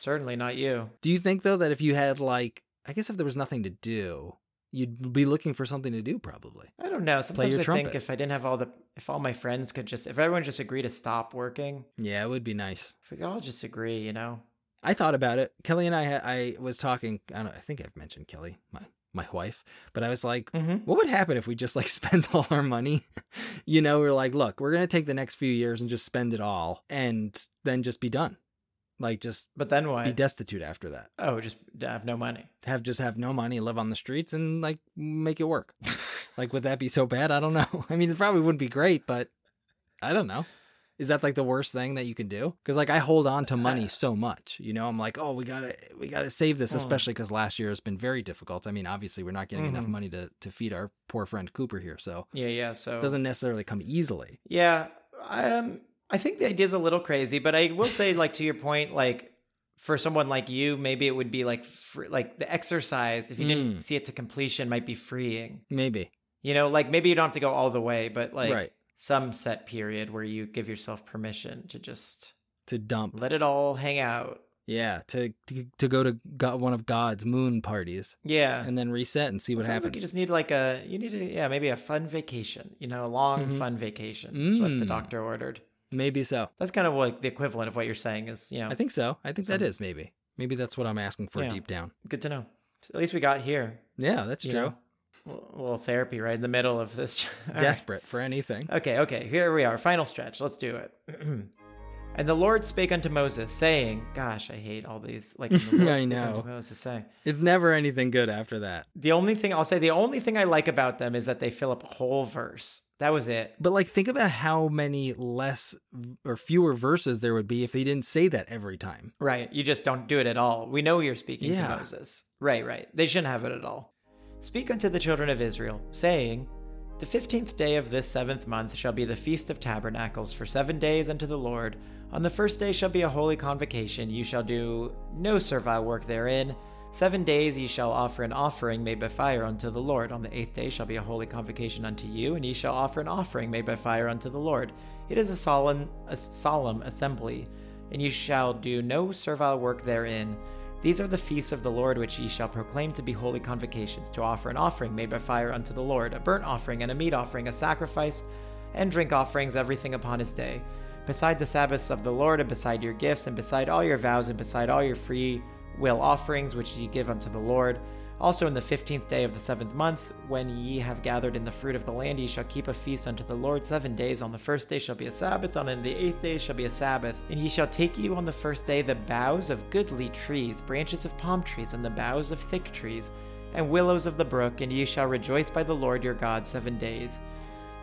Certainly not you. Do you think though that if you had like I guess if there was nothing to do, you'd be looking for something to do probably. I don't know. Sometimes your I trumpet. think if I didn't have all the, if all my friends could just, if everyone just agreed to stop working, Yeah, it would be nice. if we could all just agree, you know? I thought about it. Kelly and I ha- I was talking I don't I think I've mentioned Kelly, my my wife, but I was like Mm-hmm. what would happen if we just like spent all our money? you know, we're like, look, we're going to take the next few years and just spend it all and then just be done. Like just But then what? be destitute after that. oh, just have no money. have just have no money, live on the streets, and like make it work. like, would that be so bad? I don't know. I mean, it probably wouldn't be great, but I don't know. Is that like the worst thing that you can do? Because like I hold on to money so much, you know. I'm like, oh, we gotta we gotta save this, Hmm. especially because last year has been very difficult. I mean, obviously we're not getting enough Mhm. money to to feed our poor friend Cooper here, so Yeah, yeah. So it doesn't necessarily come easily. Yeah, I, um, I think the idea's a little crazy, but I will say, like to your point, like for someone like you, maybe it would be like fr- like the exercise. If you Mm. didn't see it to completion, might be freeing. Maybe You know, like maybe you don't have to go all the way, but like right some set period where you give yourself permission to just to dump. let it all hang out. Yeah, to to, to go to God, one of God's moon parties Yeah. and then reset and see what Sounds happens. like you just need like a you need a yeah maybe a fun vacation you know a long Mhm. fun vacation is what the Mm. doctor ordered Maybe so. that's kind of like the equivalent of what you're saying is you know I think so. I think that Some- is maybe. Maybe that's what I'm asking for Yeah. deep down. good to know at least we got here Yeah, that's you true. know, a little therapy right in the middle of this. All right. Uh, Desperate for anything. Okay, okay, here we are. Final stretch. Let's do it. and the Lord spake unto Moses, saying, Gosh, I hate all these. Like, and the Lord I spake know. Unto Moses, saying. It's never anything good after that. The only thing I'll say, the only thing I like about them is that they fill up a whole verse. That was it. But like think about how many less or fewer verses there would be if they didn't say that every time. Right. You just don't do it at all. We know you're speaking Yeah. to Moses. Right, right. They shouldn't have it at all. Speak unto the children of Israel, saying, The fifteenth day of this seventh month shall be the feast of tabernacles for seven days unto the Lord. On the first day shall be a holy convocation. You shall do no servile work therein. Seven days ye shall offer an offering made by fire unto the Lord. On the eighth day shall be a holy convocation unto you, and ye shall offer an offering made by fire unto the Lord. It is a solemn, a solemn assembly and ye shall do no servile work therein. These are the feasts of the Lord which ye shall proclaim to be holy convocations, to offer an offering made by fire unto the Lord, a burnt offering and a meat offering, a sacrifice, and drink offerings, everything upon his day. Beside the Sabbaths of the Lord, and beside your gifts, and beside all your vows, and beside all your free will offerings which ye give unto the Lord. Also in the fifteenth day of the seventh month, when ye have gathered in the fruit of the land, ye shall keep a feast unto the Lord seven days. On the first day shall be a Sabbath, on the eighth day shall be a Sabbath. And ye shall take you on the first day the boughs of goodly trees, branches of palm trees, and the boughs of thick trees, and willows of the brook, and ye shall rejoice by the Lord your God seven days.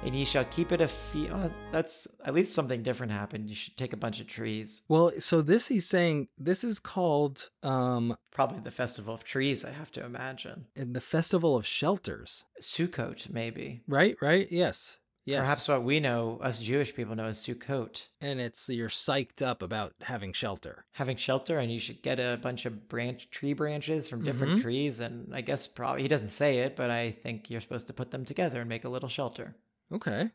And ye shall keep it a feast. Oh, that's at least something different happened. You should take a bunch of trees. Well, so this he's saying this is called um Probably the festival of trees, I have to imagine. the festival of shelters. Sukkot, maybe. Right? Right? Yes. Yes. Perhaps what we know, us Jewish people know, as Sukkot, and it's you're psyched up about having shelter. having shelter, and you should get a bunch of branch tree branches from different Mhm. trees, and I guess probably he doesn't say it, but I think you're supposed to put them together and make a little shelter. Okay.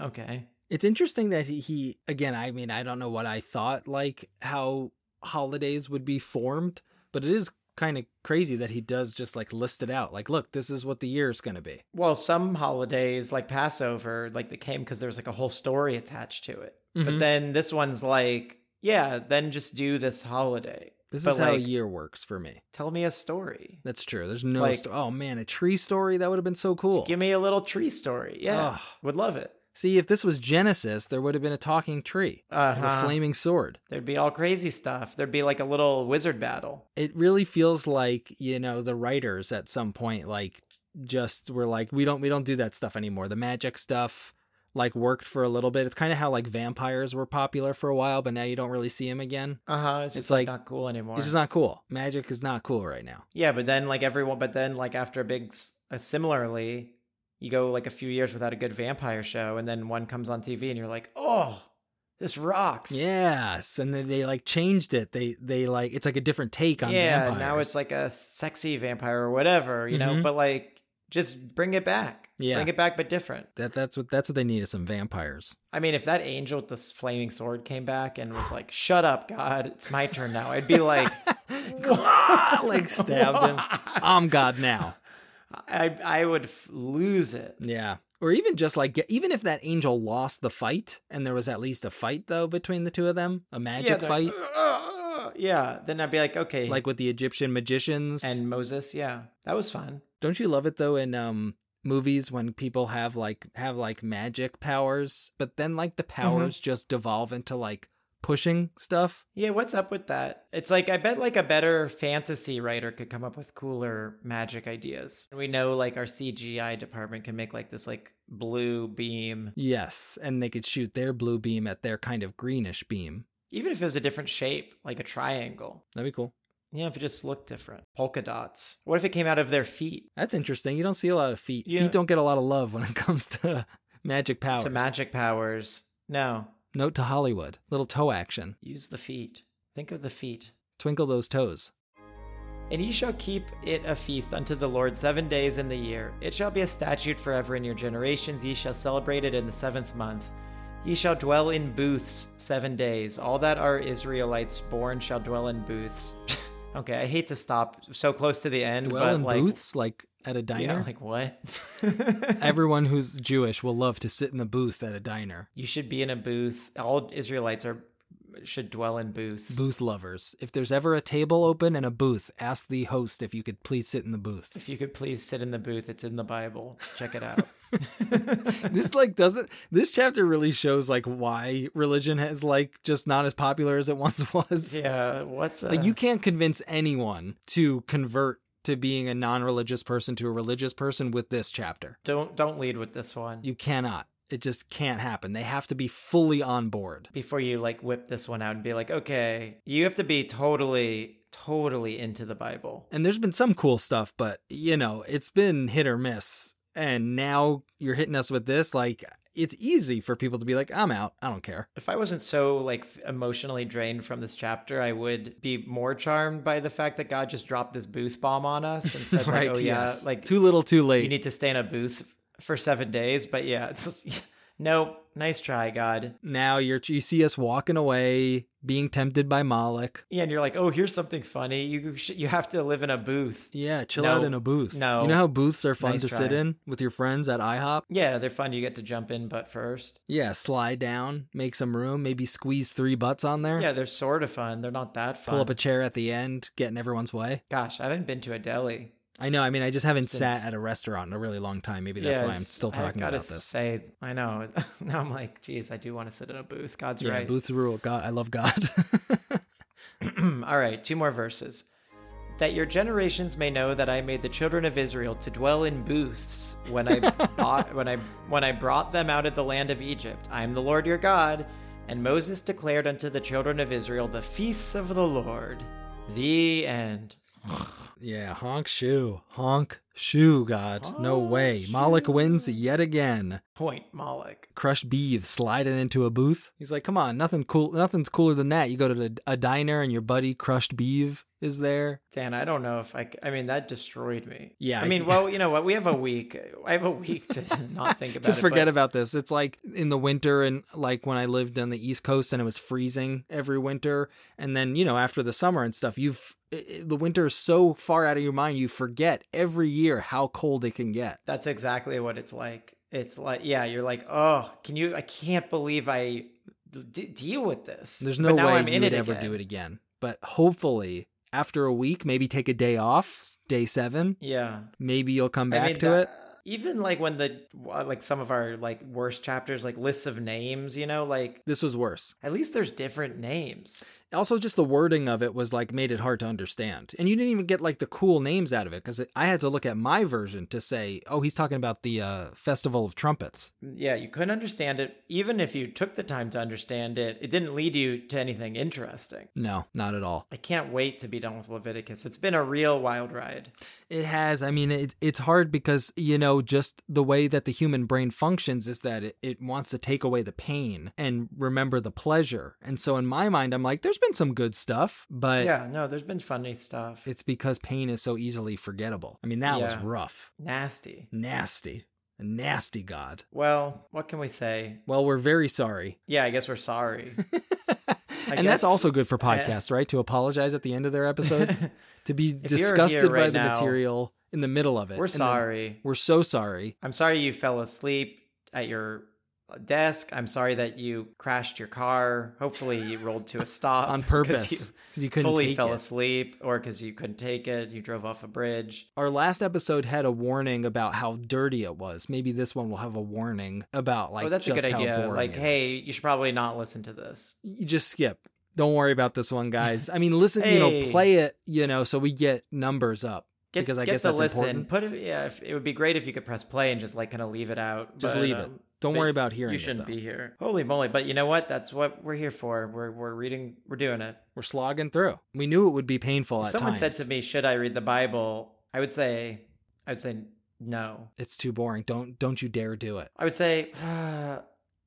okay, It's interesting that he, he again, I mean, I don't know what I thought like how holidays would be formed, but it is kind of crazy that he does just like list it out. Like, look, this is what the year is going to be. well, some holidays like Passover, like they came because there's like a whole story attached to it, Mhm. but then this one's like, yeah, then just do this holiday. This but is how a like- year works for me. Tell me a story. That's true. There's no Like- sto- oh man, a tree story that would have been so cool. Give me a little tree story. Yeah, Ugh. would love it. See, if this was Genesis, there would have been a talking tree, Uh with a huh. flaming sword. There'd be all crazy stuff. There'd be like a little wizard battle. It really feels like you know the writers at some point like just were like we don't we don't do that stuff anymore. The magic stuff. like worked for a little bit. It's kind of how like vampires were popular for a while, but now you don't really see them again. Uh huh. It's, Uh-huh, It's just like- like not cool anymore. It's just not cool. Magic is not cool right now. yeah, but then like everyone, but then like after a big, s- uh, similarly, you go like a few years without a good vampire show, and then one comes on TV, and you're like, oh, this rocks. Yes, and then they like changed it. They they like it's like a different take on yeah. vampires. Now it's like a sexy vampire or whatever, you Mhm. know. But like, just bring it back. Yeah. bring it back, but different. that that's what that's what they need is some vampires. I mean, if that angel with the s- flaming sword came back and was like, "Shut up, God, it's my turn now," I'd be like, like stabbed him. I'm God now. I I would f- lose it. Yeah. Or even just like get- even if that angel lost the fight and there was at least a fight though between the two of them, a magic they're fight like, "Ugh." yeah, then I'd be like, okay, like with the Egyptian magicians. and Moses, yeah, that was fun. Don't you love it though in um movies when people have like have like magic powers, but then like the Mm-hmm. powers just devolve into like pushing stuff? Yeah, what's up with that? It's like I bet like a better fantasy writer could come up with cooler magic ideas. We know like our CGI department can make like this like blue beam, Yes, and they could shoot their blue beam at their kind of greenish beam. even if it was a different shape, like a triangle. That'd be cool. Yeah, if it just looked different. Polka dots. What if it came out of their feet That's interesting. You don't see a lot of feet. Yeah. Feet don't get a lot of love when it comes to magic powers. to magic powers? No, Note to Hollywood. Little toe action. use the feet. Think of the feet. Twinkle those toes. And ye shall keep it a feast unto the Lord seven days in the year. It shall be a statute forever in your generations. Ye shall celebrate it in the seventh month. Ye shall dwell in booths seven days. All that are Israelites born shall dwell in booths. okay, I hate to stop so close to the end, Dwell but in like, booths, like at a yeah, diner. like what? Everyone who's Jewish will love to sit in the booth at a diner. you should be in a booth. All Israelites are should dwell in booths. Booth lovers. If there's ever a table open and a booth, ask the host if you could please sit in the booth. if you could please sit in the booth, it's in the Bible. Check it out. this like doesn't this chapter really shows like why religion has like just not as popular as it once was. yeah, what the Like you can't convince anyone to convert to being a non-religious person to a religious person with this chapter. Don't don't lead with this one. You cannot. It just can't happen. They have to be fully on board. Before you like whip this one out and be like, okay, you have to be totally, totally into the Bible. And there's been some cool stuff, but you know, it's been hit or miss. And now you're hitting us with this like it's easy for people to be like I'm out. I don't care. If I wasn't so like f- emotionally drained from this chapter, I would be more charmed by the fact that God just dropped this booth bomb on us and said, right? like, oh yes. yeah, like too little, too late. you need to stay in a booth for seven days. But yeah, it's just, nope. Nice try, God. now you're you see us walking away, being tempted by Moloch. Yeah, and you're like, oh, here's something funny. You sh- you have to live in a booth. Yeah, chill No. out in a booth. No. You know how booths are fun Nice to sit try. in with your friends at IHOP? Yeah, they're fun. You get to jump in butt first. Yeah, slide down, make some room, maybe squeeze three butts on there. Yeah, they're sort of fun. They're not that fun. Pull up a chair at the end, get in everyone's way. Gosh, I haven't been to a deli. I know. I mean, I just haven't Since- sat at a restaurant in a really long time. Maybe that's why I'm it's- still talking I about gotta this. Say, I know. now I'm like, geez, I do want to sit in a booth. God's Yeah, right. booth rule. God, I love God. Hmm, All right, two more verses. That your generations may know that I made the children of Israel to dwell in booths when I bought, when I when I brought them out of the land of Egypt. I am the Lord your God. And Moses declared unto the children of Israel the feasts of the Lord. The end. yeah, honk shoe, honk shoe. God, no way. Moloch wins yet again. Point Moloch. crushed beef sliding into a booth. He's like, "Come on, nothing cool, nothing's cooler than that." You go to the, a diner and your buddy crushed beef is there. Dan, I don't know if I. c- I mean, that destroyed me. Yeah, I mean, I- well, you know what? We have a week. I have a week to not think about To it. forget but- about this, it's like in the winter and like when I lived on the East Coast and it was freezing every winter, and then you know after the summer and stuff, you've i- i- the winter is so far out of your mind you forget every year how cold it can get. That's exactly what it's like. It's like, yeah, you're like, oh, can you? I can't believe I d- deal with this. There's But no now way I'm you in would it ever again. do it again, but hopefully. After a week, maybe take a day off, day seven. Yeah, Maybe you'll come back I mean, to that- it. Even like when the uh, like some of our like worst chapters, like lists of names, you know, like This was worse. at least there's different names. also just the wording of it was like made it hard to understand and you didn't even get like the cool names out of it because i had to look at my version to say oh he's talking about the uh, festival of trumpets Mm, Yeah, you couldn't understand it. Even if you took the time to understand it, it didn't lead you to anything interesting. no not at all I can't wait to be done with Leviticus. It's been a real wild ride. it has i mean it, it's hard because you know just the way that the human brain functions is that it, it wants to take away the pain and remember the pleasure and so in my mind i'm like there's been some good stuff but Yeah, no, there's been funny stuff. it's because pain is so easily forgettable i mean that was Yeah. rough Nasty. nasty A nasty god Well, what can we say? well we're very sorry Yeah, I guess we're sorry. and that's guess- also good for podcasts, right? To apologize at the end of their episodes, to be you're here disgusted by right the now, material in the middle of it. We're And then- sorry. We're so sorry. I'm sorry you fell asleep at your desk. I'm sorry that you crashed your car. Hopefully, you rolled to a stop On Uh, 'cause purpose, you 'cause you couldn't fully take fell it. asleep, or because you couldn't take it. You drove off a bridge. Our last episode had a warning about how dirty it was. Maybe this one will have a warning about like oh, that's a just good how idea. boring Like, it is. hey, you should probably not listen to this. you just skip. Don't worry about this one, guys. I mean, listen, you know, Hey. play it, you know, so we get numbers up Get, because I get guess the that's listen. important. Put it. Yeah, if, it would be great if you could press play and just like kind of leave it out. Just but, leave it. um, Don't but worry about hearing You it, shouldn't though. be here. Holy moly! But you know what? That's what we're here for. We're we're reading. We're doing it. We're slogging through. We knew it would be painful If at someone times. said to me, "Should I read the Bible?" I would say, I would say no. "It's too boring. Don't don't you dare do it." I would say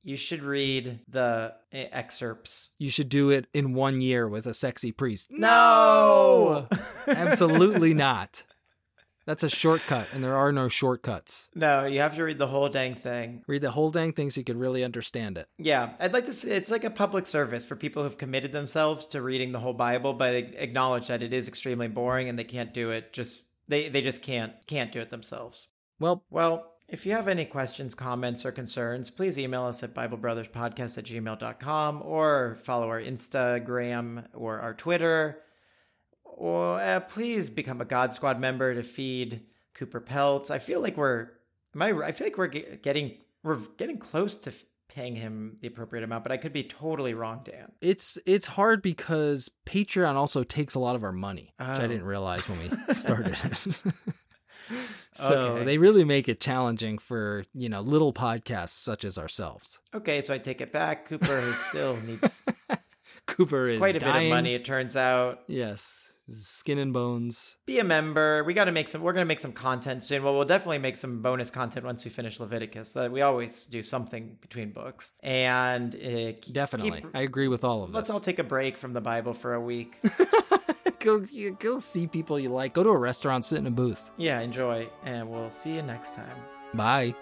you should read the eh, excerpts. You should do it in one year with a sexy priest. Absolutely not. That's a shortcut, and there are no shortcuts. no, you have to read the whole dang thing. Read the whole dang thing so you could really understand it. Yeah, I'd like to say it's like a public service for people who've committed themselves to reading the whole Bible, but ac- acknowledge that it is extremely boring and they can't do it. Just they they just can't can't do it themselves. Well, Well, if you have any questions, comments, or concerns, please email us at BibleBrothersPodcast at gmail.com or follow our Instagram or our Twitter. Or uh, please become a God Squad member to feed Cooper Peltz. I feel like we're, am I, I feel like we're ge- getting, we're getting close to f- paying him the appropriate amount, but I could be totally wrong, Dan. it's it's hard because Patreon also takes a lot of our money, which I Oh. didn't realize when we started it. so Okay. they really make it challenging for you know little podcasts such as ourselves. Okay, so I take it back. Cooper who still needs Cooper is quite a bit of dying. money, it turns out. Yes, skin and bones. be a member. We got to make some. We're gonna make some content soon. Well, we'll definitely make some bonus content once we finish Leviticus. Uh, we always do something between books, and uh, keep- Definitely, keep- I agree with all of this. let's all take a break from the Bible for a week. go you- go see people you like. Go to a restaurant, sit in a booth. yeah, enjoy, and we'll see you next time. Bye.